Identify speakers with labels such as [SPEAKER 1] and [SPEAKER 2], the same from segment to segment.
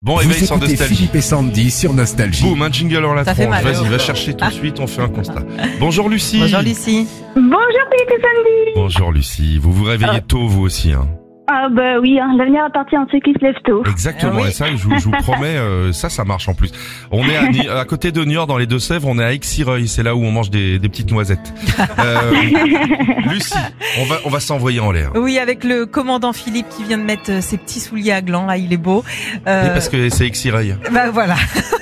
[SPEAKER 1] Bon
[SPEAKER 2] Vous
[SPEAKER 1] réveil sans
[SPEAKER 2] écoutez
[SPEAKER 1] nostalgie.
[SPEAKER 2] Philippe et Sandy sur Nostalgie.
[SPEAKER 1] Boum, un jingle en la
[SPEAKER 3] Ça fait
[SPEAKER 1] tronche.
[SPEAKER 3] mal.
[SPEAKER 1] Vas-y, va chercher tout de suite, on fait un constat. Bonjour Lucie.
[SPEAKER 3] Bonjour Lucie.
[SPEAKER 4] Bonjour Philippe et Sandy
[SPEAKER 1] Bonjour Lucie. Vous vous réveillez tôt vous aussi. Hein.
[SPEAKER 4] Ah bah oui, hein, l'avenir appartient à ceux qui se lèvent tôt.
[SPEAKER 1] Exactement,
[SPEAKER 3] Ah oui.
[SPEAKER 1] et ça, je, vous- je vous promets, euh, ça, ça marche en plus. On est à, Ni- à côté de Niort, dans les Deux-Sèvres, on est à Exireuil, c'est là où on mange des, des petites noisettes. Euh, Lucie, on va, on va s'envoyer en l'air.
[SPEAKER 3] Oui, avec le commandant Philippe qui vient de mettre euh, ses petits souliers à gland. Ah, il est beau. Euh,
[SPEAKER 1] Oui, Parce que c'est Exireuil.
[SPEAKER 3] Bah voilà.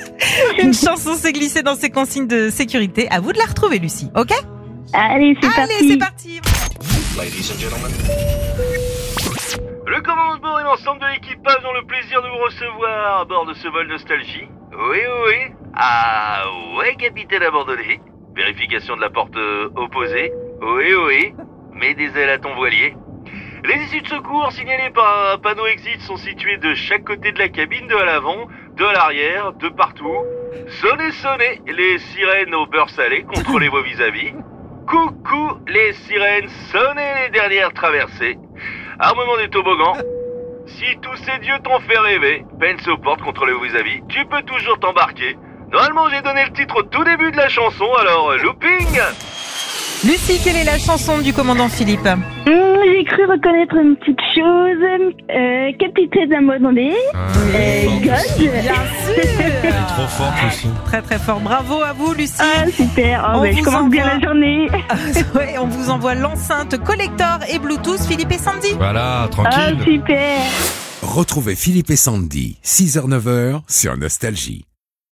[SPEAKER 3] Une chanson s'est glissée dans ses consignes de sécurité. À vous de la retrouver, Lucie. Ok
[SPEAKER 4] Allez, c'est parti
[SPEAKER 3] Allez, c'est parti.
[SPEAKER 5] Le commandant de bord et l'ensemble de l'équipage ont le plaisir de vous recevoir à bord de ce vol Nostalgie. Oui, oui. Ah, ouais, capitaine abandonné. Vérification de la porte euh, opposée. Oui, oui. Mets des ailes à ton voilier. Les issues de secours signalées par un panneau exit sont situées de chaque côté de la cabine, de à l'avant, de à l'arrière, de partout. Sonnez, sonnez les sirènes au beurre salé, contrôlez vos vis-à-vis. Coucou les sirènes, sonnez les dernières traversées. Armement des toboggans. Si tous ces dieux t'ont fait rêver, peine aux portes, contrôlez vos vis-à-vis, tu peux toujours t'embarquer. Normalement, j'ai donné le titre au tout début de la chanson, alors euh, looping
[SPEAKER 3] Lucie, quelle est la chanson du commandant Philippe
[SPEAKER 4] Hmm, J'ai cru reconnaître une petite chose. Euh, capitaine abandonné.
[SPEAKER 1] Ah,
[SPEAKER 4] Euh, God.
[SPEAKER 3] sûr
[SPEAKER 1] trop forte Lucie.
[SPEAKER 3] Très très fort. Bravo à vous, Lucie.
[SPEAKER 4] Ah super, oh,
[SPEAKER 3] On
[SPEAKER 4] bah,
[SPEAKER 3] vous
[SPEAKER 4] je commence bien
[SPEAKER 3] envoie.
[SPEAKER 4] la journée.
[SPEAKER 3] Ouais, on vous envoie l'enceinte collector et Bluetooth Philippe et Sandy.
[SPEAKER 1] Voilà,
[SPEAKER 4] Ah
[SPEAKER 1] tranquille.
[SPEAKER 4] super
[SPEAKER 2] Retrouvez Philippe et Sandy, 6h-9h sur Nostalgie.